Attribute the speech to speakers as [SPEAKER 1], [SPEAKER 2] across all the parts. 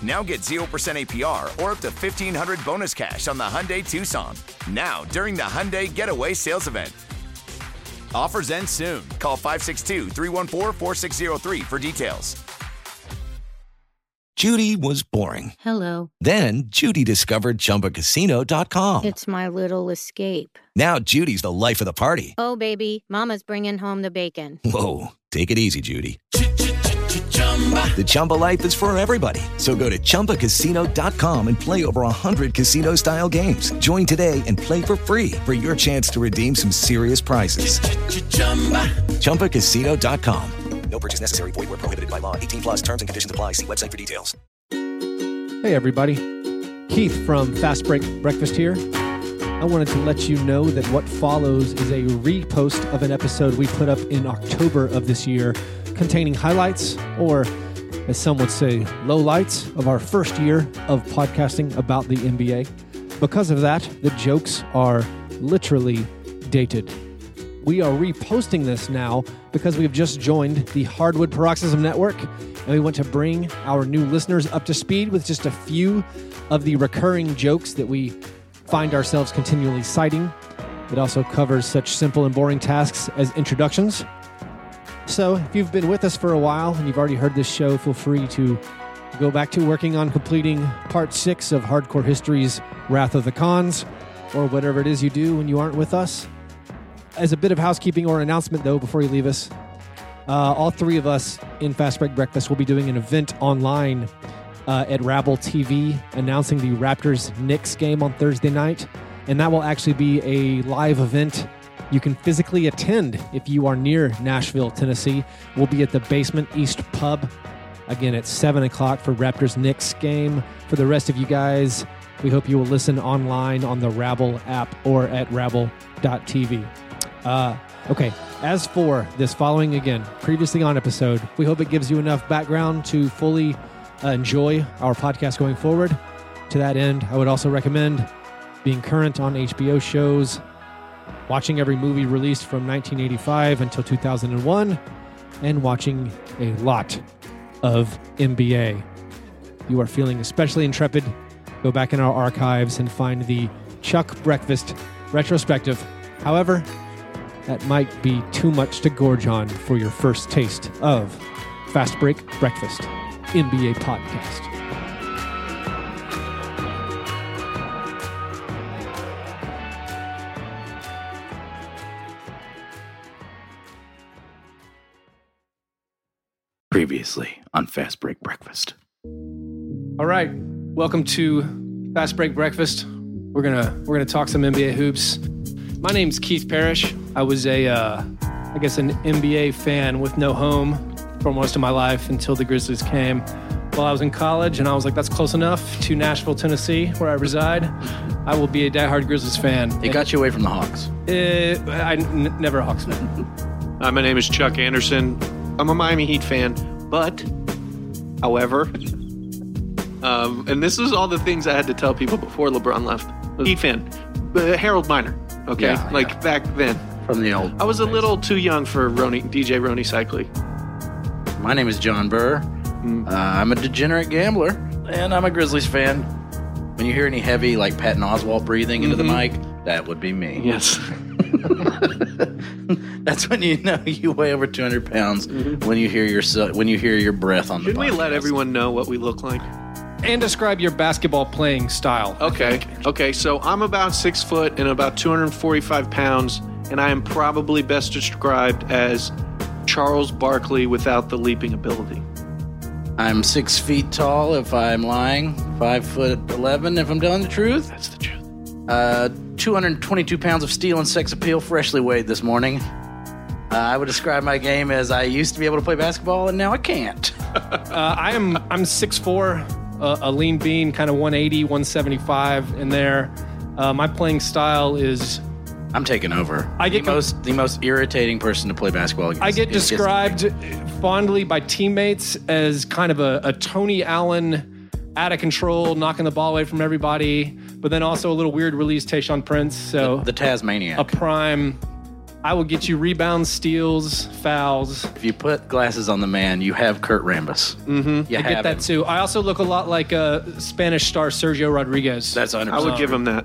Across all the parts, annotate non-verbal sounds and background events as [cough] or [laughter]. [SPEAKER 1] Now get 0% APR or up to 1500 bonus cash on the Hyundai Tucson. Now, during the Hyundai Getaway Sales Event. Offers end soon. Call 562 314 4603 for details.
[SPEAKER 2] Judy was boring.
[SPEAKER 3] Hello.
[SPEAKER 2] Then Judy discovered ChumbaCasino.com.
[SPEAKER 3] It's my little escape.
[SPEAKER 2] Now Judy's the life of the party.
[SPEAKER 3] Oh, baby, Mama's bringing home the bacon.
[SPEAKER 2] Whoa, take it easy, Judy. The Chumba life is for everybody. So go to ChumbaCasino.com and play over 100 casino style games. Join today and play for free for your chance to redeem some serious prizes. ChumbaCasino.com. No purchase necessary. Void where prohibited by law. 18 plus terms and conditions apply. See website for details.
[SPEAKER 4] Hey, everybody. Keith from Fast Break Breakfast here. I wanted to let you know that what follows is a repost of an episode we put up in October of this year containing highlights, or as some would say, lowlights of our first year of podcasting about the NBA. Because of that, the jokes are literally dated. We are reposting this now because we've just joined the Hardwood Paroxysm Network, and we want to bring our new listeners up to speed with just a few of the recurring jokes that we find ourselves continually citing. It also covers such simple and boring tasks as introductions, so, if you've been with us for a while and you've already heard this show, feel free to go back to working on completing part six of Hardcore History's Wrath of the Cons, or whatever it is you do when you aren't with us. As a bit of housekeeping or announcement, though, before you leave us, uh, all three of us in Fast Break Breakfast will be doing an event online uh, at Rabble TV announcing the Raptors Knicks game on Thursday night. And that will actually be a live event you can physically attend if you are near Nashville, Tennessee. We'll be at the Basement East Pub again at 7 o'clock for Raptors Knicks game. For the rest of you guys, we hope you will listen online on the Rabble app or at rabble.tv. Uh, okay, as for this following again, previously on episode, we hope it gives you enough background to fully uh, enjoy our podcast going forward. To that end, I would also recommend being current on HBO shows, watching every movie released from 1985 until 2001, and watching a lot of NBA. You are feeling especially intrepid. Go back in our archives and find the Chuck Breakfast retrospective. However, that might be too much to gorge on for your first taste of Fast Break Breakfast, NBA podcast.
[SPEAKER 5] Previously on Fast Break Breakfast.
[SPEAKER 4] All right, welcome to Fast Break Breakfast. We're gonna we're gonna talk some NBA hoops. My name's Keith Parrish. I was a uh, I guess an NBA fan with no home for most of my life until the Grizzlies came. While I was in college, and I was like, that's close enough to Nashville, Tennessee, where I reside. I will be a diehard Grizzlies fan.
[SPEAKER 5] It got you away from the Hawks.
[SPEAKER 4] Eh, I n- never a Hawks fan.
[SPEAKER 6] Hi, Uh, my name is Chuck Anderson. I'm a Miami Heat fan, but, however, um, and this is all the things I had to tell people before LeBron left. Heat fan, uh, Harold Miner. Okay,
[SPEAKER 5] Yeah,
[SPEAKER 6] like
[SPEAKER 5] yeah.
[SPEAKER 6] back then,
[SPEAKER 5] From the old.
[SPEAKER 6] I was a
[SPEAKER 5] days.
[SPEAKER 6] little too young for Roni, DJ Roni Cycli.
[SPEAKER 5] My name is John Burr. Uh, I'm a degenerate gambler, and I'm a Grizzlies fan. When you hear any heavy, like Patton Oswalt breathing into
[SPEAKER 6] Mm-hmm.
[SPEAKER 5] the mic, that would be me.
[SPEAKER 6] Yes,
[SPEAKER 5] [laughs] That's when you know you weigh over 200 pounds. When you hear your when you hear your breath on
[SPEAKER 6] should
[SPEAKER 5] the.
[SPEAKER 6] Mm-hmm. we let
[SPEAKER 5] podcast.
[SPEAKER 6] everyone know what we look like?
[SPEAKER 4] and describe your basketball playing style.
[SPEAKER 5] Oh.
[SPEAKER 6] Okay, okay. So I'm about six foot and about 245 pounds, and I am probably best described as Charles Barkley without the leaping ability.
[SPEAKER 5] I'm six feet tall if I'm lying, five foot eleven if I'm telling the truth.
[SPEAKER 6] That's the truth.
[SPEAKER 5] Uh, 222 pounds of steel and sex appeal, freshly weighed this morning. Uh, I would describe my game as I used to be able to play basketball and now I can't.
[SPEAKER 4] Uh, I am I'm 6'4", uh, a lean bean, kind of 180, 175 in there. Uh, my playing style is
[SPEAKER 5] I'm taking over.
[SPEAKER 4] I get
[SPEAKER 5] the
[SPEAKER 4] com-
[SPEAKER 5] most the most irritating person to play basketball against.
[SPEAKER 4] I get
[SPEAKER 5] It gets-
[SPEAKER 4] described fondly by teammates as kind of a, a Tony Allen out of control, knocking the ball away from everybody, but then also a little weird release Tayshawn Prince. So
[SPEAKER 5] the Tasmaniac.
[SPEAKER 4] a prime. I will get you rebounds, steals, fouls.
[SPEAKER 5] If you put glasses on the man, you have Kurt Rambis. Mm-hmm. You
[SPEAKER 4] I get
[SPEAKER 5] have
[SPEAKER 4] that
[SPEAKER 5] him.
[SPEAKER 4] too. I also look a lot like uh, Spanish star Sergio Rodriguez.
[SPEAKER 5] That's 100.
[SPEAKER 6] I would give him that.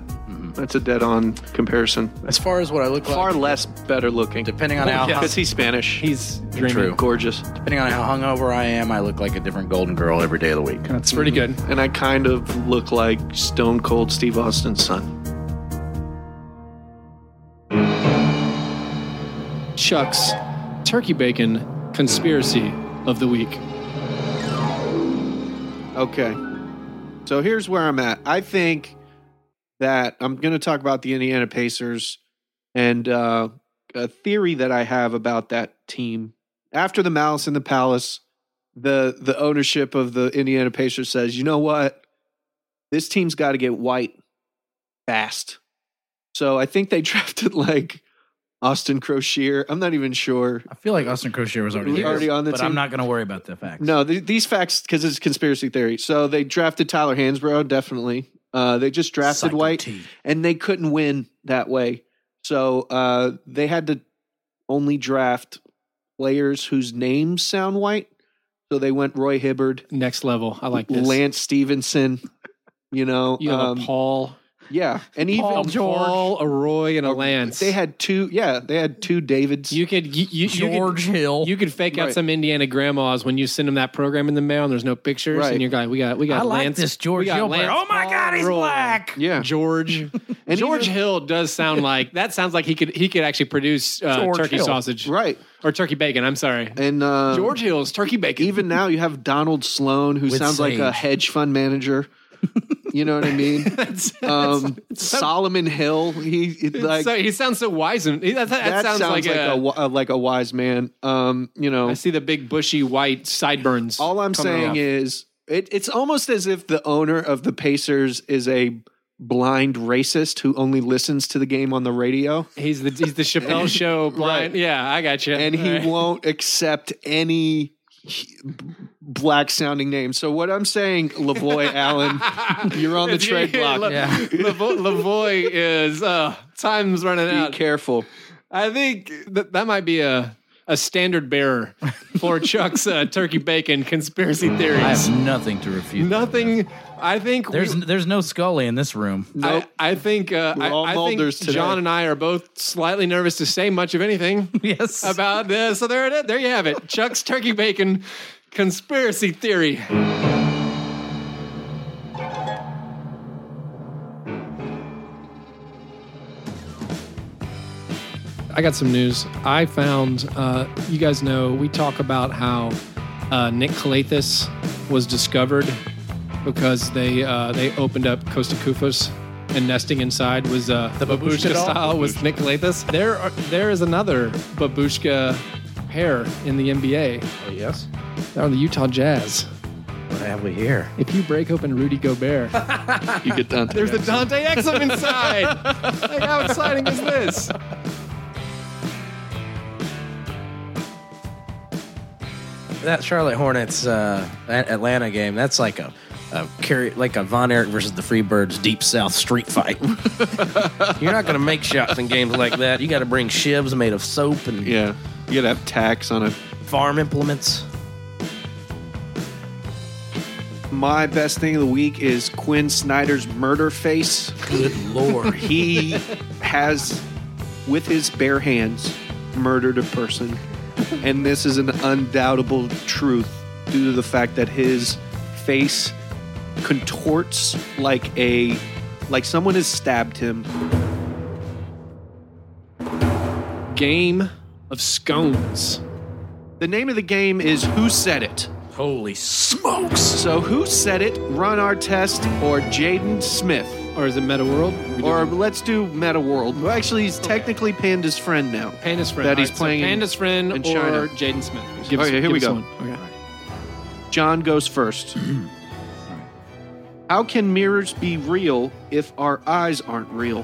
[SPEAKER 6] That's a dead-on comparison.
[SPEAKER 5] as far as what I look like.
[SPEAKER 6] Mm-hmm. Far less better looking,
[SPEAKER 5] depending on how
[SPEAKER 6] because he's Spanish.
[SPEAKER 4] he's dreamy.
[SPEAKER 5] True.
[SPEAKER 6] gorgeous,
[SPEAKER 5] depending on how hungover I am, I look like a different Golden Girl every day of the week.
[SPEAKER 4] That's pretty good.
[SPEAKER 6] and I kind of look like Stone Cold Steve Austin's son.
[SPEAKER 4] Chuck's turkey bacon conspiracy of the week.
[SPEAKER 6] Okay, so here's where I'm at. I think that I'm going to talk about the Indiana Pacers and uh, a theory that I have about that team. After the Malice in the Palace, the the ownership of the Indiana Pacers says, you know what, this team's got to get white fast. So I think they [laughs] drafted like Austin Crozier. I'm not even sure.
[SPEAKER 7] I feel like Austin Crozier was already,
[SPEAKER 6] He
[SPEAKER 7] there,
[SPEAKER 6] already on the
[SPEAKER 7] but
[SPEAKER 6] team?
[SPEAKER 7] I'm not going to worry about the facts.
[SPEAKER 6] No, th- these facts because it's conspiracy theory. So they drafted Tyler Hansbrough, definitely. Uh, they just drafted
[SPEAKER 7] Psycho
[SPEAKER 6] White,
[SPEAKER 7] T.
[SPEAKER 6] and they couldn't win that way. So uh, they had to only draft players whose names sound white. So they went Roy Hibbard,
[SPEAKER 4] Next level. I like this.
[SPEAKER 6] Lance Stevenson. You know,
[SPEAKER 4] you have
[SPEAKER 6] um,
[SPEAKER 4] a Paul,
[SPEAKER 6] yeah, and even
[SPEAKER 4] Paul, Paul, a Roy, and a Lance.
[SPEAKER 6] They had two. Yeah, they had two Davids.
[SPEAKER 4] you could you, you, you could,
[SPEAKER 7] George Hill.
[SPEAKER 4] you could fake out
[SPEAKER 6] Right.
[SPEAKER 4] some Indiana grandmas when you send them that program in the mail and there's no pictures
[SPEAKER 6] Right.
[SPEAKER 4] and you're like, we got we got
[SPEAKER 7] I like
[SPEAKER 4] Lance
[SPEAKER 7] this George
[SPEAKER 4] we got
[SPEAKER 7] Hill player.
[SPEAKER 4] Lance
[SPEAKER 7] Oh my
[SPEAKER 4] Paul,
[SPEAKER 7] God, he's
[SPEAKER 4] Roy.
[SPEAKER 7] black.
[SPEAKER 6] yeah,
[SPEAKER 7] [laughs]
[SPEAKER 4] George and George
[SPEAKER 6] even-
[SPEAKER 4] Hill does sound like that sounds like he could he could actually produce uh,
[SPEAKER 7] George
[SPEAKER 4] turkey
[SPEAKER 7] Hill.
[SPEAKER 4] sausage
[SPEAKER 6] right.
[SPEAKER 4] or turkey bacon. I'm sorry,
[SPEAKER 6] And uh,
[SPEAKER 4] George Hill's turkey bacon. [laughs]
[SPEAKER 6] even now you have Donald Sloan, who
[SPEAKER 7] With
[SPEAKER 6] sounds like a
[SPEAKER 7] sage.
[SPEAKER 6] hedge fund manager. You know what
[SPEAKER 4] [laughs]
[SPEAKER 6] I mean? um, Solomon Hill. He he- like
[SPEAKER 4] so he sounds so wise and he- that, that
[SPEAKER 6] that
[SPEAKER 4] sounds, like, a.
[SPEAKER 6] a, wi- uh, like a wise man. Um, you know,
[SPEAKER 4] I see the big bushy white sideburns.
[SPEAKER 6] all I'm
[SPEAKER 4] coming
[SPEAKER 6] saying
[SPEAKER 4] off.
[SPEAKER 6] is it, it's almost as if the owner of the Pacers is a blind racist who only listens to the game on the radio.
[SPEAKER 4] he's the he's the
[SPEAKER 6] [laughs]
[SPEAKER 4] Chappelle Show blind. Yeah, I got you.
[SPEAKER 6] and he
[SPEAKER 4] All right.
[SPEAKER 6] won't accept any black sounding name. So what I'm saying, Lavoy Allen, you're on the
[SPEAKER 4] If you- [laughs]
[SPEAKER 6] trade block.
[SPEAKER 4] Le- Lavo- Lavoy is uh, time's running
[SPEAKER 6] Be
[SPEAKER 4] out.
[SPEAKER 6] careful.
[SPEAKER 4] I think that that might be a a standard bearer
[SPEAKER 7] [laughs]
[SPEAKER 4] for Chuck's uh, turkey bacon conspiracy
[SPEAKER 7] I
[SPEAKER 4] theories.
[SPEAKER 7] have nothing to refute.
[SPEAKER 4] Nothing. I think we-
[SPEAKER 7] There's there's no Scully in this room.
[SPEAKER 4] I- I, think uh,
[SPEAKER 6] We're
[SPEAKER 4] I,
[SPEAKER 6] all
[SPEAKER 4] I think
[SPEAKER 6] Mulders today.
[SPEAKER 4] John and I are both slightly nervous to say much of
[SPEAKER 6] [laughs]
[SPEAKER 4] anything
[SPEAKER 7] [laughs] Yes.
[SPEAKER 4] about this. So there it is. There you have it. Chuck's turkey bacon conspiracy theory. I got some news. I found, uh, you guys know, we talk about how uh, Nick Calathis was discovered because they uh, they opened up Costa Kufos and nesting inside was uh, the babushka,
[SPEAKER 7] doll?
[SPEAKER 4] style was Nick Calathis. There, are, there is another babushka pair in the NBA.
[SPEAKER 7] yes.
[SPEAKER 4] They're the Utah Jazz.
[SPEAKER 7] What have we here?
[SPEAKER 4] If you break open Rudy Gobert,
[SPEAKER 6] You get done.
[SPEAKER 4] [laughs] there's the Dante Exum inside. [laughs] like, how exciting is this?
[SPEAKER 7] That Charlotte Hornets uh, At- Atlanta game. That's like a. A carry, like a Von Erich versus the Freebirds Deep South street [laughs] fight. You're not going to make shots in games like that. You got to bring shivs made of soap and
[SPEAKER 6] Yeah. You gotta have tax on it.
[SPEAKER 7] farm implements.
[SPEAKER 6] My best thing of the week is Quinn Snyder's murder face.
[SPEAKER 7] Good lord.
[SPEAKER 6] He has, with his bare hands, murdered a person. And this is an undoubtable truth due to the fact that his face contorts like a like someone has stabbed him.
[SPEAKER 4] Game of scones.
[SPEAKER 6] The name of the game is Who Said It?
[SPEAKER 7] Holy smokes!
[SPEAKER 6] So who said it? Ron Artest or Jaden Smith?
[SPEAKER 4] Or is it Meta World?
[SPEAKER 6] Or let's do Meta World. Well, actually, he's technically Panda's friend now.
[SPEAKER 4] Panda's friend.
[SPEAKER 6] That
[SPEAKER 4] All
[SPEAKER 6] he's
[SPEAKER 4] right, so
[SPEAKER 6] playing in-
[SPEAKER 4] Panda's friend
[SPEAKER 6] in
[SPEAKER 4] or
[SPEAKER 6] China.
[SPEAKER 4] Jaden Smith.
[SPEAKER 6] Okay, here we go.
[SPEAKER 4] one. Okay.
[SPEAKER 6] John
[SPEAKER 4] [clears throat]
[SPEAKER 6] goes first. How can mirrors be real if our eyes aren't real?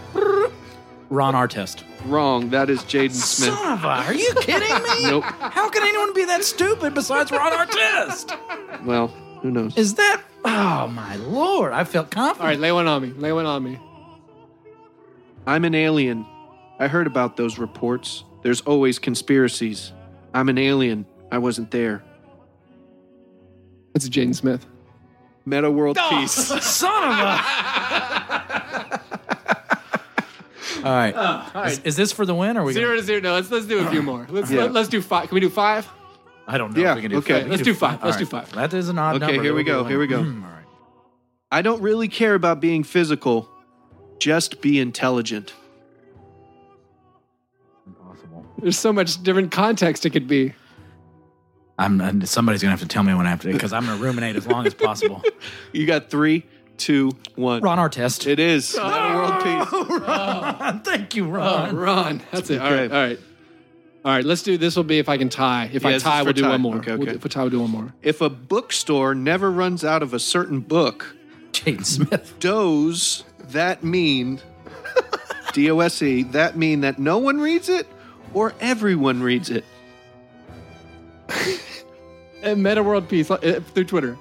[SPEAKER 7] Ron Artest.
[SPEAKER 6] Wrong. That is Jaden Smith.
[SPEAKER 7] Son of a, are you kidding [laughs] me?
[SPEAKER 6] Nope.
[SPEAKER 7] How can anyone be that stupid besides Ron Artest?
[SPEAKER 6] Well, who knows?
[SPEAKER 7] Is that? Oh my lord! I felt
[SPEAKER 4] [laughs]
[SPEAKER 7] confident.
[SPEAKER 4] All right, lay one on me. Lay one on me.
[SPEAKER 6] I'm an alien. I heard about those reports. There's always conspiracies. I'm an alien. I wasn't there.
[SPEAKER 4] It's Jaden Smith.
[SPEAKER 6] Meta world peace.
[SPEAKER 7] Son of a. All right. Is, is this for the win or are we?
[SPEAKER 4] Uh, Zero
[SPEAKER 7] Gonna,
[SPEAKER 4] to zero. No, let's let's do a few more. Let's
[SPEAKER 6] Yeah.
[SPEAKER 4] let, us do five. Can we do five?
[SPEAKER 7] I don't know.
[SPEAKER 6] Yeah,
[SPEAKER 7] If we can do
[SPEAKER 6] okay.
[SPEAKER 7] five. We
[SPEAKER 4] Let's
[SPEAKER 7] can
[SPEAKER 4] do five. Let's
[SPEAKER 7] All
[SPEAKER 4] do five.
[SPEAKER 7] That is an odd
[SPEAKER 6] Okay,
[SPEAKER 7] number.
[SPEAKER 6] here we
[SPEAKER 7] It'll
[SPEAKER 6] go,
[SPEAKER 7] be
[SPEAKER 6] here we
[SPEAKER 7] one.
[SPEAKER 6] go.
[SPEAKER 7] Hmm, all right.
[SPEAKER 6] I don't really care about being physical. Just be intelligent.
[SPEAKER 7] Impossible.
[SPEAKER 4] There's so much different context it could be.
[SPEAKER 7] I'm, i somebody's gonna have to tell me when I have to because I'm gonna ruminate as long
[SPEAKER 4] [laughs]
[SPEAKER 7] as possible.
[SPEAKER 6] You got three, two, one.
[SPEAKER 7] Ron Artest.
[SPEAKER 6] It is. Meta world peace.
[SPEAKER 7] Thank you, Ron.
[SPEAKER 4] Run. That's it. All right.
[SPEAKER 6] Okay.
[SPEAKER 4] All right. All right. Let's do. This will be if I can tie. If
[SPEAKER 6] Yeah,
[SPEAKER 4] I
[SPEAKER 6] this is
[SPEAKER 4] tie,
[SPEAKER 6] for
[SPEAKER 4] we'll do
[SPEAKER 6] tie.
[SPEAKER 4] one more.
[SPEAKER 6] Okay,
[SPEAKER 4] We'll-
[SPEAKER 6] okay.
[SPEAKER 4] if I tie, we'll do one more.
[SPEAKER 6] If a bookstore never runs out of a certain book,
[SPEAKER 7] Jaden Smith.
[SPEAKER 6] does that mean D O S E that mean that no one reads it or everyone reads it?
[SPEAKER 4] And Eh, Meta World Peace uh, through Twitter.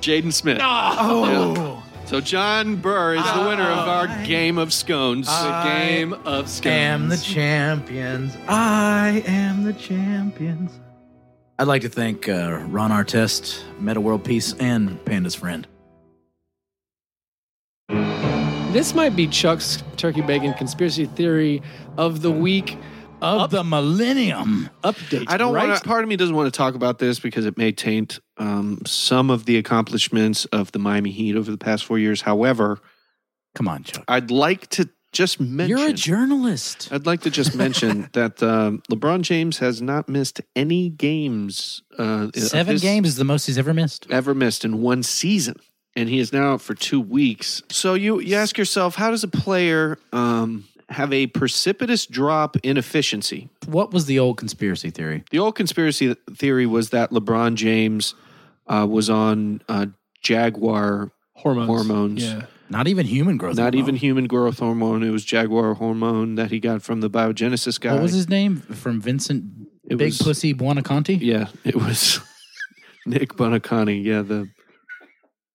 [SPEAKER 6] Jaden Smith.
[SPEAKER 7] Oh.
[SPEAKER 6] So John Burr is the winner of our game of scones.
[SPEAKER 7] I-
[SPEAKER 6] The game-
[SPEAKER 4] Game of
[SPEAKER 7] am the
[SPEAKER 4] scams.
[SPEAKER 7] champions. I am the champions. I'd like to thank uh, Ron Artest, Meta World Peace, and Panda's friend.
[SPEAKER 4] This might be Chuck's turkey bacon conspiracy theory of the week
[SPEAKER 7] Of the millennium.
[SPEAKER 4] update.
[SPEAKER 6] I don't
[SPEAKER 4] right?
[SPEAKER 6] want to. Part of me doesn't want to talk about this because it may taint um, some of the accomplishments of the Miami Heat over the past four years. However,
[SPEAKER 7] Come on, Chuck.
[SPEAKER 6] I'd like to just mention.
[SPEAKER 7] You're a journalist.
[SPEAKER 6] I'd like to just mention
[SPEAKER 7] [laughs]
[SPEAKER 6] that um, LeBron James has not missed any games. Uh, of
[SPEAKER 7] Seven
[SPEAKER 6] his-
[SPEAKER 7] games is the most he's ever missed.
[SPEAKER 6] ever missed in one season, and he is now out for two weeks. So you you ask yourself, how does a player um, have a precipitous drop in efficiency?
[SPEAKER 7] What was the old conspiracy theory?
[SPEAKER 6] The old conspiracy theory was that LeBron James uh, was on uh, Jaguar
[SPEAKER 4] hormones.
[SPEAKER 6] hormones.
[SPEAKER 4] Yeah.
[SPEAKER 7] Not even human growth.
[SPEAKER 6] Not
[SPEAKER 7] hormone.
[SPEAKER 6] even human growth hormone. It was Jaguar hormone that he got from the biogenesis guy.
[SPEAKER 7] What was his name from Vincent
[SPEAKER 6] It
[SPEAKER 7] Big
[SPEAKER 6] was-
[SPEAKER 7] Pussy Buonaconti?
[SPEAKER 6] Yeah, it was [laughs] Nick Bonacani. Yeah, the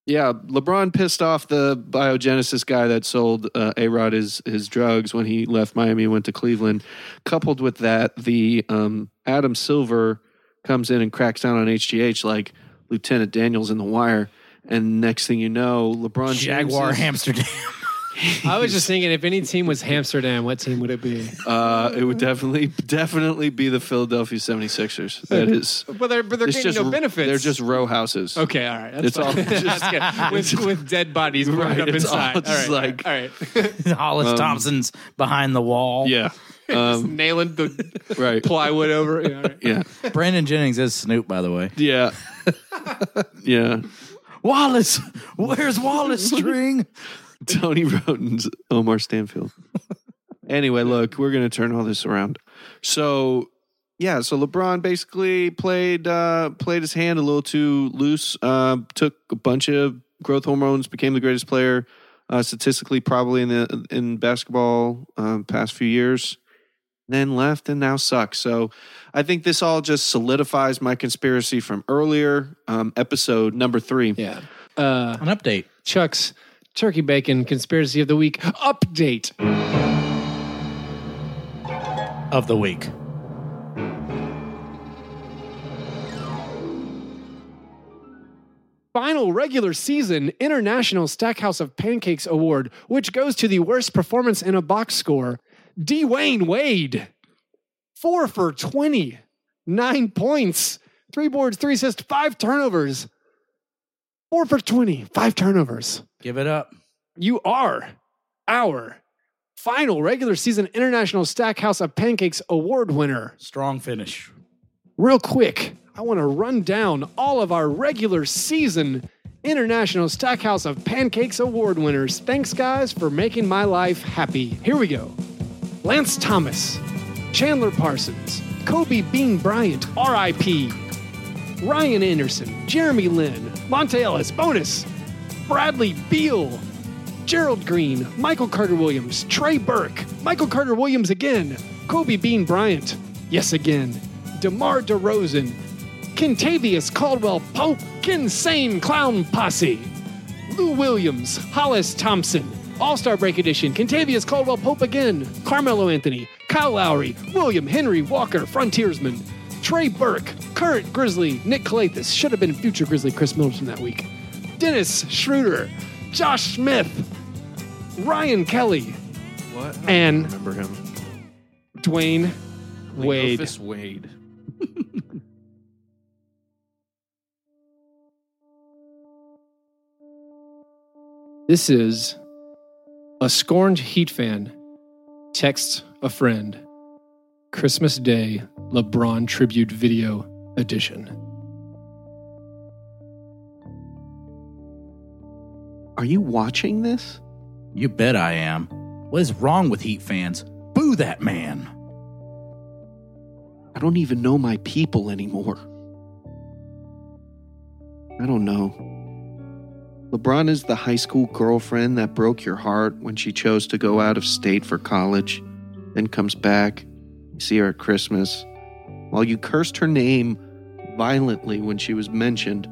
[SPEAKER 6] yeah LeBron pissed off the biogenesis guy that sold uh, A Rod his his drugs when he left Miami and went to Cleveland. Coupled with that, the um, Adam Silver comes in and cracks down on HGH like Lieutenant Daniels in The Wire. And next thing you know, LeBron James
[SPEAKER 7] Jaguar
[SPEAKER 6] is-
[SPEAKER 7] Amsterdam.
[SPEAKER 4] I was just thinking, if any team was Amsterdam, what team would it be?
[SPEAKER 6] Uh, it would definitely definitely be the Philadelphia 76ers. That is.
[SPEAKER 4] But they're but they're
[SPEAKER 6] it's
[SPEAKER 4] getting
[SPEAKER 6] just-
[SPEAKER 4] no benefits.
[SPEAKER 6] They're just row houses.
[SPEAKER 4] okay. All right. That's [laughs]
[SPEAKER 6] It's all
[SPEAKER 4] fine.
[SPEAKER 6] just- [laughs]
[SPEAKER 4] That's good. with with dead bodies right,
[SPEAKER 6] Right,
[SPEAKER 4] up
[SPEAKER 6] it's
[SPEAKER 4] inside.
[SPEAKER 6] all just
[SPEAKER 4] all right,
[SPEAKER 6] like-
[SPEAKER 4] all right. all right.
[SPEAKER 7] [laughs] Hollis
[SPEAKER 6] Um,
[SPEAKER 7] Thompson's behind the wall.
[SPEAKER 6] Yeah. um,
[SPEAKER 4] Just nailing the [laughs]
[SPEAKER 6] Right.
[SPEAKER 4] plywood over. Yeah, all right.
[SPEAKER 6] Yeah.
[SPEAKER 7] Brandon Jennings is Snoop, by the way.
[SPEAKER 6] Yeah. yeah.
[SPEAKER 7] Wallace,
[SPEAKER 6] [laughs]
[SPEAKER 7] where's Wallace String?
[SPEAKER 6] Tony Roden's Omar Stanfield. anyway, look, we're going to turn all this around. So, yeah, so LeBron basically played uh played his hand a little too loose. Uh, took a bunch of growth hormones, became the greatest player uh, statistically probably in the in basketball um, past few years. Then left and now sucks. So I think this all just solidifies my conspiracy from earlier um, episode number three.
[SPEAKER 4] Yeah. Uh,
[SPEAKER 7] An update.
[SPEAKER 4] Chuck's turkey bacon conspiracy of the week update.
[SPEAKER 7] of the week.
[SPEAKER 4] Final regular season International Stackhouse of Pancakes Award, which goes to the worst performance in a box score, Dwayne Wade. Four for 20, nine points, three boards, three assists, five turnovers. Four for 20, five turnovers.
[SPEAKER 7] Give it up.
[SPEAKER 4] You are our final regular season International Stackhouse of Pancakes Award winner
[SPEAKER 7] Strong finish.
[SPEAKER 4] real quick, I want to run down all of our regular season International Stackhouse of Pancakes award winners. Thanks, guys, for making my life happy. Here we go Lance Thomas, Chandler Parsons, Kobe Bean Bryant, RIP, Ryan Anderson, Jeremy Lin, Monte Ellis, bonus, Bradley Beal, Gerald Green, Michael Carter Williams, Trey Burke, Michael Carter Williams again, Kobe Bean Bryant, yes again, DeMar DeRozan, Kentavious Caldwell Pope, Kinsane Clown Posse, Lou Williams, Hollis Thompson, All Star Break Edition, Kentavious Caldwell Pope again, Carmelo Anthony, Kyle Lowry, William Henry Walker, Frontiersman, Trey Burke, current Grizzly, Nick Calathis, should have been future Grizzly Chris Middleton that week, Dennis Schroeder, Josh Smith, Ryan Kelly,
[SPEAKER 8] What? I
[SPEAKER 4] and
[SPEAKER 8] remember him.
[SPEAKER 4] Dwayne Wade.
[SPEAKER 8] Leofus Wade.
[SPEAKER 4] [laughs] This is a scorned Heat fan texts a friend Christmas Day LeBron tribute video edition.
[SPEAKER 6] Are you watching this?
[SPEAKER 5] You bet I am. What is wrong with Heat fans? Boo that man.
[SPEAKER 6] I don't even know my people anymore. I don't know. LeBron is the high school girlfriend that broke your heart when she chose to go out of state for college, then comes back. You see her at Christmas. While you cursed her name violently when she was mentioned,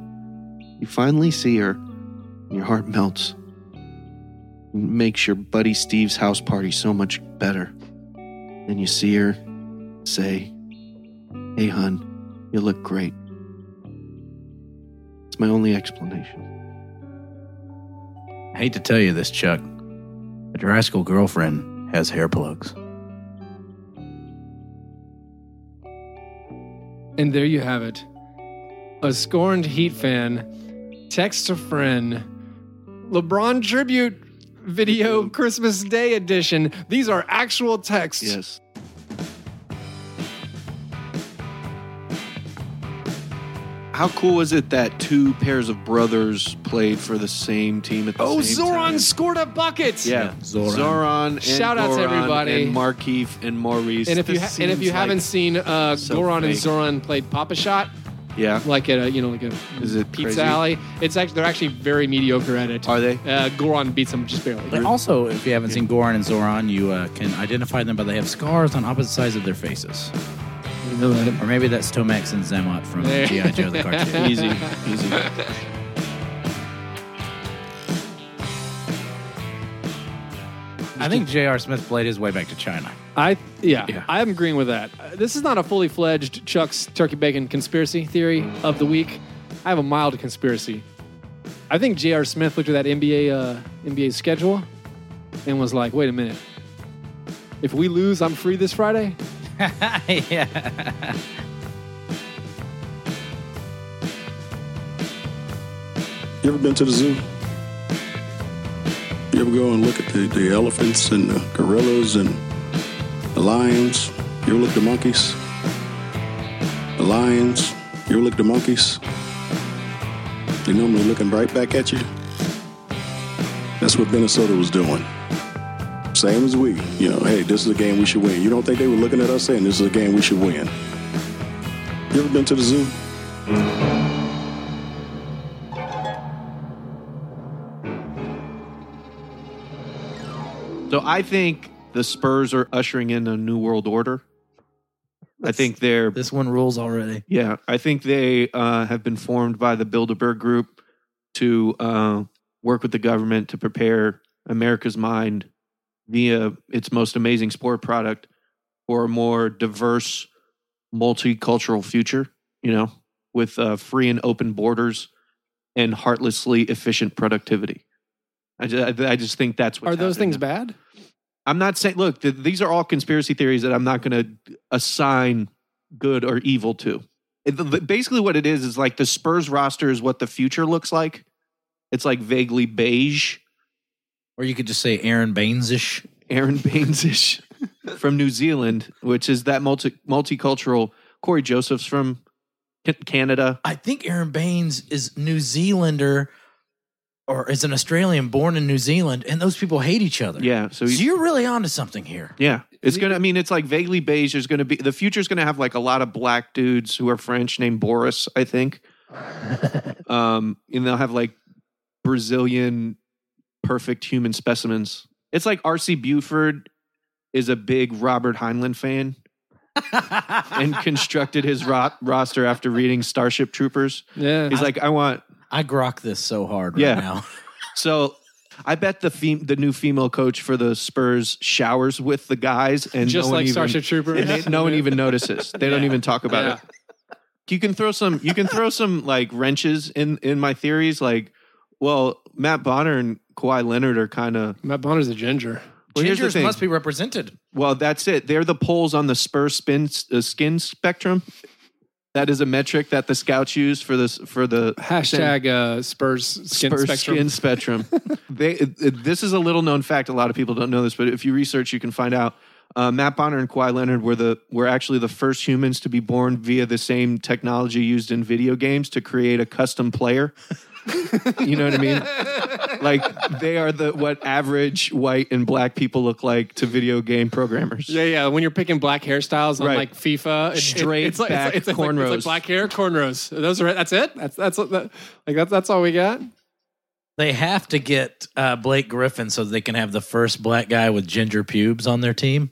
[SPEAKER 6] you finally see her, and your heart melts. It makes your buddy Steve's house party so much better. Then you see her, say, Hey, hun, you look great. It's my only explanation.
[SPEAKER 5] I hate to tell you this, Chuck, but your high school girlfriend has hair plugs.
[SPEAKER 4] And there you have it. A scorned Heat fan texts a friend LeBron tribute video Christmas Day edition. These are actual texts.
[SPEAKER 6] Yes. How cool was it that two pairs of brothers played for the same team at the
[SPEAKER 4] Oh,
[SPEAKER 6] same
[SPEAKER 4] Zoran
[SPEAKER 6] time?
[SPEAKER 4] scored a bucket.
[SPEAKER 6] Yeah,
[SPEAKER 5] Zoran.
[SPEAKER 6] Zoran. And
[SPEAKER 4] Shout out to
[SPEAKER 6] Goran
[SPEAKER 4] everybody.
[SPEAKER 6] And Markeith and Maurice.
[SPEAKER 4] And if you
[SPEAKER 6] This
[SPEAKER 4] ha- and if
[SPEAKER 6] seems
[SPEAKER 4] you
[SPEAKER 6] like-
[SPEAKER 4] haven't seen uh,
[SPEAKER 6] so
[SPEAKER 4] Goran and
[SPEAKER 6] fake.
[SPEAKER 4] Zoran played Papa Shot,
[SPEAKER 6] yeah,
[SPEAKER 4] like at a you know like a
[SPEAKER 6] Is it
[SPEAKER 4] pizza
[SPEAKER 6] crazy?
[SPEAKER 4] alley, it's actually they're actually very mediocre at it. [laughs]
[SPEAKER 6] Are they?
[SPEAKER 4] Uh, Goran beats them just barely.
[SPEAKER 5] But also, if you haven't seen Goran and Zoran, you uh, can identify them by they have scars on opposite sides of their faces. Or maybe that's Tomax and Zammot from
[SPEAKER 4] There.
[SPEAKER 5] G.I. Joe the cartoon.
[SPEAKER 6] easy, easy.
[SPEAKER 5] [laughs] I think J.R. Smith played his way back to China.
[SPEAKER 4] I yeah,
[SPEAKER 5] Yeah.
[SPEAKER 4] I'm agreeing with that. Uh, This is not a fully fledged Chuck's turkey bacon conspiracy theory of the week. I have a mild conspiracy. I think J.R. Smith looked at that NBA uh, NBA schedule and was like, "Wait a minute, if we lose, I'm free this Friday."
[SPEAKER 5] yeah.
[SPEAKER 9] You ever been to the zoo? You ever go and look at the, the elephants and the gorillas and the lions? You ever look at the monkeys? The lions? You ever look at the monkeys? They normally looking right back at you. That's what Minnesota was doing. Same as we. You know, hey, this is a game we should win. You don't think they were looking at us saying this is a game we should win? You ever been to the zoo?
[SPEAKER 6] So I think the Spurs are ushering in a new world order. I think they're
[SPEAKER 5] This one rules already.
[SPEAKER 6] yeah. I think they uh, have been formed by the Bilderberg Group to uh, work with the government to prepare America's mind via its most amazing sport product for a more diverse, multicultural future. You know, with uh, free and open borders and heartlessly efficient productivity. I just, I just think that's what
[SPEAKER 4] Are those things bad?
[SPEAKER 6] I'm not saying, look, th- these are all conspiracy theories that I'm not going to assign good or evil to. It- the- the- basically, what it is is like the Spurs roster is what the future looks like. It's like vaguely beige,
[SPEAKER 5] Or you could just say Aaron Baines ish.
[SPEAKER 6] Aaron [laughs] Baines ish from New Zealand, which is that multi- multicultural. Corey Joseph's from Ca- Canada.
[SPEAKER 7] I think Aaron Baines is New Zealander or is an Australian born in New Zealand, and those people hate each other.
[SPEAKER 6] Yeah, so
[SPEAKER 7] So,
[SPEAKER 6] he's-
[SPEAKER 7] you're really onto something here. [laughs]
[SPEAKER 6] Yeah, it's gonna. I mean, it's like vaguely beige. There's gonna be the future's gonna have like a lot of black dudes who are French named Boris,
[SPEAKER 4] [laughs]
[SPEAKER 6] I think. um, and they'll have like Brazilian perfect human specimens. It's like R.C. Buford is a big Robert Heinlein fan
[SPEAKER 4] [laughs]
[SPEAKER 6] and constructed his ro- roster after reading Starship Troopers.
[SPEAKER 4] Yeah.
[SPEAKER 6] He's like, I want
[SPEAKER 7] I grok this so hard right
[SPEAKER 6] Yeah.
[SPEAKER 7] now.
[SPEAKER 6] so I bet the fem- the new female coach for the Spurs showers with the guys and
[SPEAKER 4] Just
[SPEAKER 6] no one
[SPEAKER 4] like
[SPEAKER 6] even,
[SPEAKER 4] Starship Troopers.
[SPEAKER 6] and [laughs] they- no one even notices. They don't even talk about it. You can throw some you can
[SPEAKER 7] [laughs]
[SPEAKER 6] throw some like wrenches in in my theories. Like, well, Matt Bonner and Kawhi Leonard are kind of
[SPEAKER 4] Matt Bonner's a ginger.
[SPEAKER 6] well, here's the
[SPEAKER 7] Gingers
[SPEAKER 6] thing.
[SPEAKER 7] must be represented.
[SPEAKER 6] well, that's it. They're the poles on the Spurs spin uh, skin spectrum. That is a metric that the scouts use for this for the
[SPEAKER 4] Hashtag uh, Spurs skin
[SPEAKER 6] Spurs
[SPEAKER 4] spectrum.
[SPEAKER 6] skin spectrum. [laughs] they, it- it- this is a little known fact. A lot of people don't know this, but if you research, you can find out. Uh, Matt Bonner and Kawhi Leonard were the were actually the first humans to be born via the same technology used in video games to create a custom player. [laughs] you know what I mean? Like they are the what average white and black people look like to video game programmers.
[SPEAKER 4] Yeah, yeah. When you're picking black hairstyles on
[SPEAKER 6] Right.
[SPEAKER 4] like FIFA, it- it-
[SPEAKER 6] Straight
[SPEAKER 4] it's like, it's
[SPEAKER 6] back
[SPEAKER 4] like- it's like- it's like
[SPEAKER 6] cornrows.
[SPEAKER 4] black hair, cornrows. Those are it. That's it. That's that's what that, like that's that's all we got.
[SPEAKER 7] They have to get uh, Blake Griffin so they can have the first black guy with ginger pubes on their team.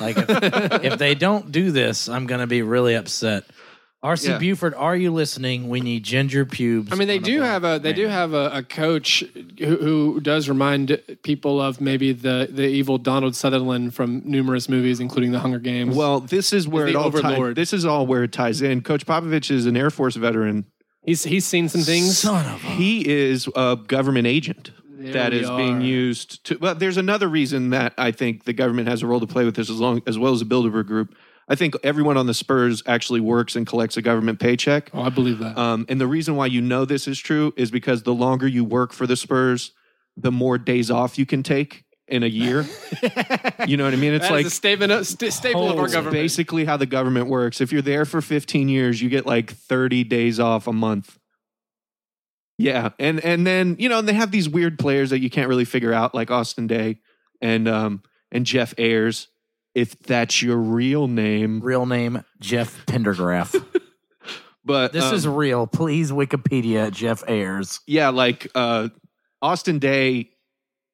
[SPEAKER 7] like, if,
[SPEAKER 4] [laughs]
[SPEAKER 7] if they don't do this, I'm going to be really upset. RC
[SPEAKER 6] Yeah.
[SPEAKER 7] Buford, are you listening? We need ginger pubes.
[SPEAKER 4] I mean, they
[SPEAKER 7] on a
[SPEAKER 4] do
[SPEAKER 7] black
[SPEAKER 4] have a they do
[SPEAKER 7] man.
[SPEAKER 4] have a, a coach who, who does remind people of maybe the the evil Donald Sutherland from numerous movies, including The Hunger Games.
[SPEAKER 6] Well, this is where
[SPEAKER 4] the
[SPEAKER 6] it all ties,
[SPEAKER 4] overlord.
[SPEAKER 6] this is all where it ties in. Coach Popovich is an Air Force veteran.
[SPEAKER 4] he's he's seen some things.
[SPEAKER 7] Son of a.
[SPEAKER 6] He is a government agent
[SPEAKER 4] There
[SPEAKER 6] that
[SPEAKER 4] we
[SPEAKER 6] is
[SPEAKER 4] are.
[SPEAKER 6] being used to. Well, there's another reason that I think the government has a role to play with this, as long as well as the Bilderberg Group. I think everyone on the Spurs actually works and collects a government paycheck.
[SPEAKER 4] Oh, I believe that.
[SPEAKER 6] Um, and the reason why you know this is true is because the longer you work for the Spurs, the more days off you can take in
[SPEAKER 4] [laughs]
[SPEAKER 6] a year. you know what I mean? It's
[SPEAKER 4] That is
[SPEAKER 6] like
[SPEAKER 4] a statement of, sta- staple of our
[SPEAKER 6] it's
[SPEAKER 4] government.
[SPEAKER 6] basically how the government works. If you're there for 15 years, you get like 30 days off a month. Yeah, and and then you know and they have these weird players that you can't really figure out, like Austin Day and um and Jeff Ayers. If that's your real name,
[SPEAKER 7] Real name, Jeff Pendergraph.
[SPEAKER 6] but
[SPEAKER 7] this
[SPEAKER 6] um,
[SPEAKER 7] is real. Please Wikipedia, Jeff Ayers.
[SPEAKER 6] yeah, like uh, Austin Day.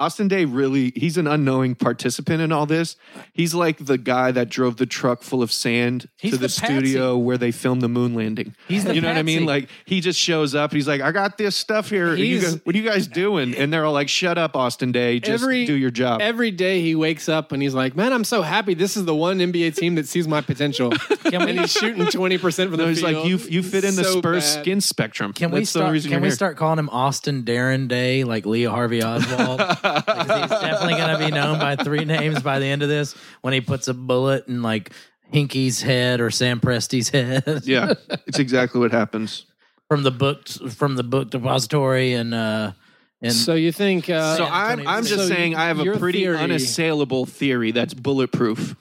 [SPEAKER 6] Austin Day really, he's an unknowing participant in all this. He's like the guy that drove the truck full of sand
[SPEAKER 7] He's
[SPEAKER 6] to the,
[SPEAKER 7] the patsy.
[SPEAKER 6] studio where they filmed the moon landing.
[SPEAKER 7] He's the
[SPEAKER 6] you know what I mean?
[SPEAKER 7] patsy.
[SPEAKER 6] Like he just shows up. He's like, I got this stuff here. You
[SPEAKER 4] He's-
[SPEAKER 6] guys- what are you guys doing? And they're all like, Shut up, Austin Day. Just
[SPEAKER 4] Every-
[SPEAKER 6] do your job.
[SPEAKER 4] Every day he wakes up and he's like, "Man, I'm so happy. This is the one NBA team that sees my potential." and he's shooting twenty percent from the
[SPEAKER 6] no, he's
[SPEAKER 4] field.
[SPEAKER 6] like, you you fit in the
[SPEAKER 4] So
[SPEAKER 6] Spurs
[SPEAKER 4] bad.
[SPEAKER 6] skin spectrum.
[SPEAKER 7] Can we
[SPEAKER 6] That's the only
[SPEAKER 7] start?
[SPEAKER 6] reason
[SPEAKER 7] Can
[SPEAKER 6] you're
[SPEAKER 7] we
[SPEAKER 6] here.
[SPEAKER 7] start calling him Austin Darren Day, like Leah Harvey Oswald? Because
[SPEAKER 6] [laughs]
[SPEAKER 7] he's definitely going to be known by three names by the end of this. When he puts a bullet in like Hinky's head or Sam Presti's head [laughs]
[SPEAKER 6] Yeah, it's exactly what happens.
[SPEAKER 7] from the book from the book depository and uh and
[SPEAKER 4] So you think? Uh,
[SPEAKER 6] So
[SPEAKER 7] Yeah,
[SPEAKER 6] I'm,
[SPEAKER 7] Tony,
[SPEAKER 6] I'm
[SPEAKER 7] so
[SPEAKER 6] just saying I have a
[SPEAKER 4] your
[SPEAKER 6] pretty
[SPEAKER 4] theory-
[SPEAKER 6] unassailable theory that's bulletproof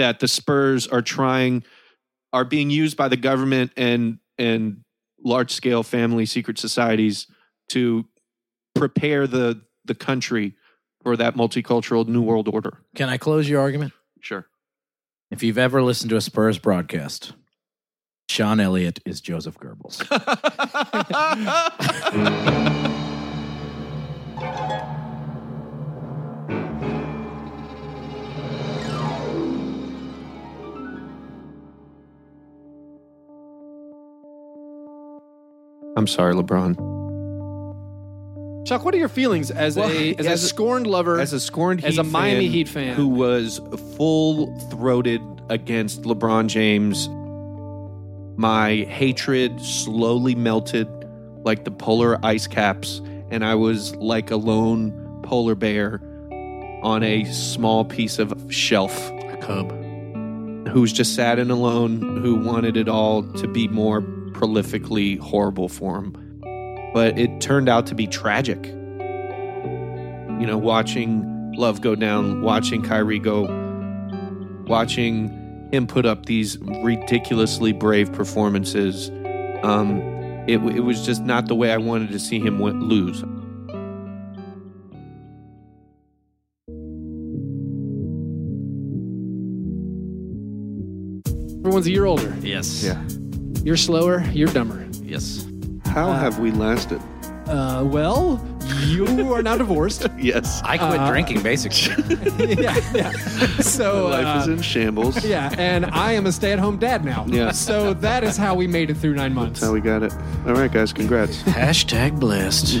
[SPEAKER 6] that the Spurs are trying are being used by the government and and large scale family secret societies to prepare the the country for that multicultural new world order.
[SPEAKER 7] can I close your argument?
[SPEAKER 6] Sure.
[SPEAKER 7] If you've ever listened to a Spurs broadcast, Sean Elliott is Joseph Goebbels.
[SPEAKER 6] I'm sorry, LeBron.
[SPEAKER 4] Chuck, what are your feelings as
[SPEAKER 6] Well,
[SPEAKER 4] a as,
[SPEAKER 6] as a-
[SPEAKER 4] a scorned lover?
[SPEAKER 6] As a scorned
[SPEAKER 4] As
[SPEAKER 6] Heat
[SPEAKER 4] a Miami
[SPEAKER 6] fan
[SPEAKER 4] Heat fan.
[SPEAKER 6] who was full throated against LeBron James, my hatred slowly melted like the polar ice caps, and I was like a lone polar bear on a small piece of shelf
[SPEAKER 7] A cub.
[SPEAKER 6] who's just sad and alone, who wanted it all to be more prolifically horrible for him. But it turned out to be tragic. You know, watching love go down, watching Kyrie go, watching him put up these ridiculously brave performances, Um, it, w- it was just not the way I wanted to see him win- lose.
[SPEAKER 4] Everyone's a year older.
[SPEAKER 7] Yes.
[SPEAKER 6] Yeah.
[SPEAKER 4] You're slower. You're dumber.
[SPEAKER 7] Yes.
[SPEAKER 6] How have we lasted?
[SPEAKER 4] Uh, well, you are now divorced.
[SPEAKER 6] Yes.
[SPEAKER 7] I quit
[SPEAKER 4] Uh,
[SPEAKER 7] drinking, basically.
[SPEAKER 4] [laughs] yeah, yeah. So
[SPEAKER 6] My life
[SPEAKER 4] uh,
[SPEAKER 6] is in shambles.
[SPEAKER 4] [laughs] yeah, and I am a stay-at-home dad now.
[SPEAKER 6] Yeah.
[SPEAKER 4] So that is how we made it through nine months.
[SPEAKER 6] That's how we got it. All right, guys, congrats.
[SPEAKER 7] Hashtag blessed.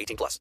[SPEAKER 10] 18 plus.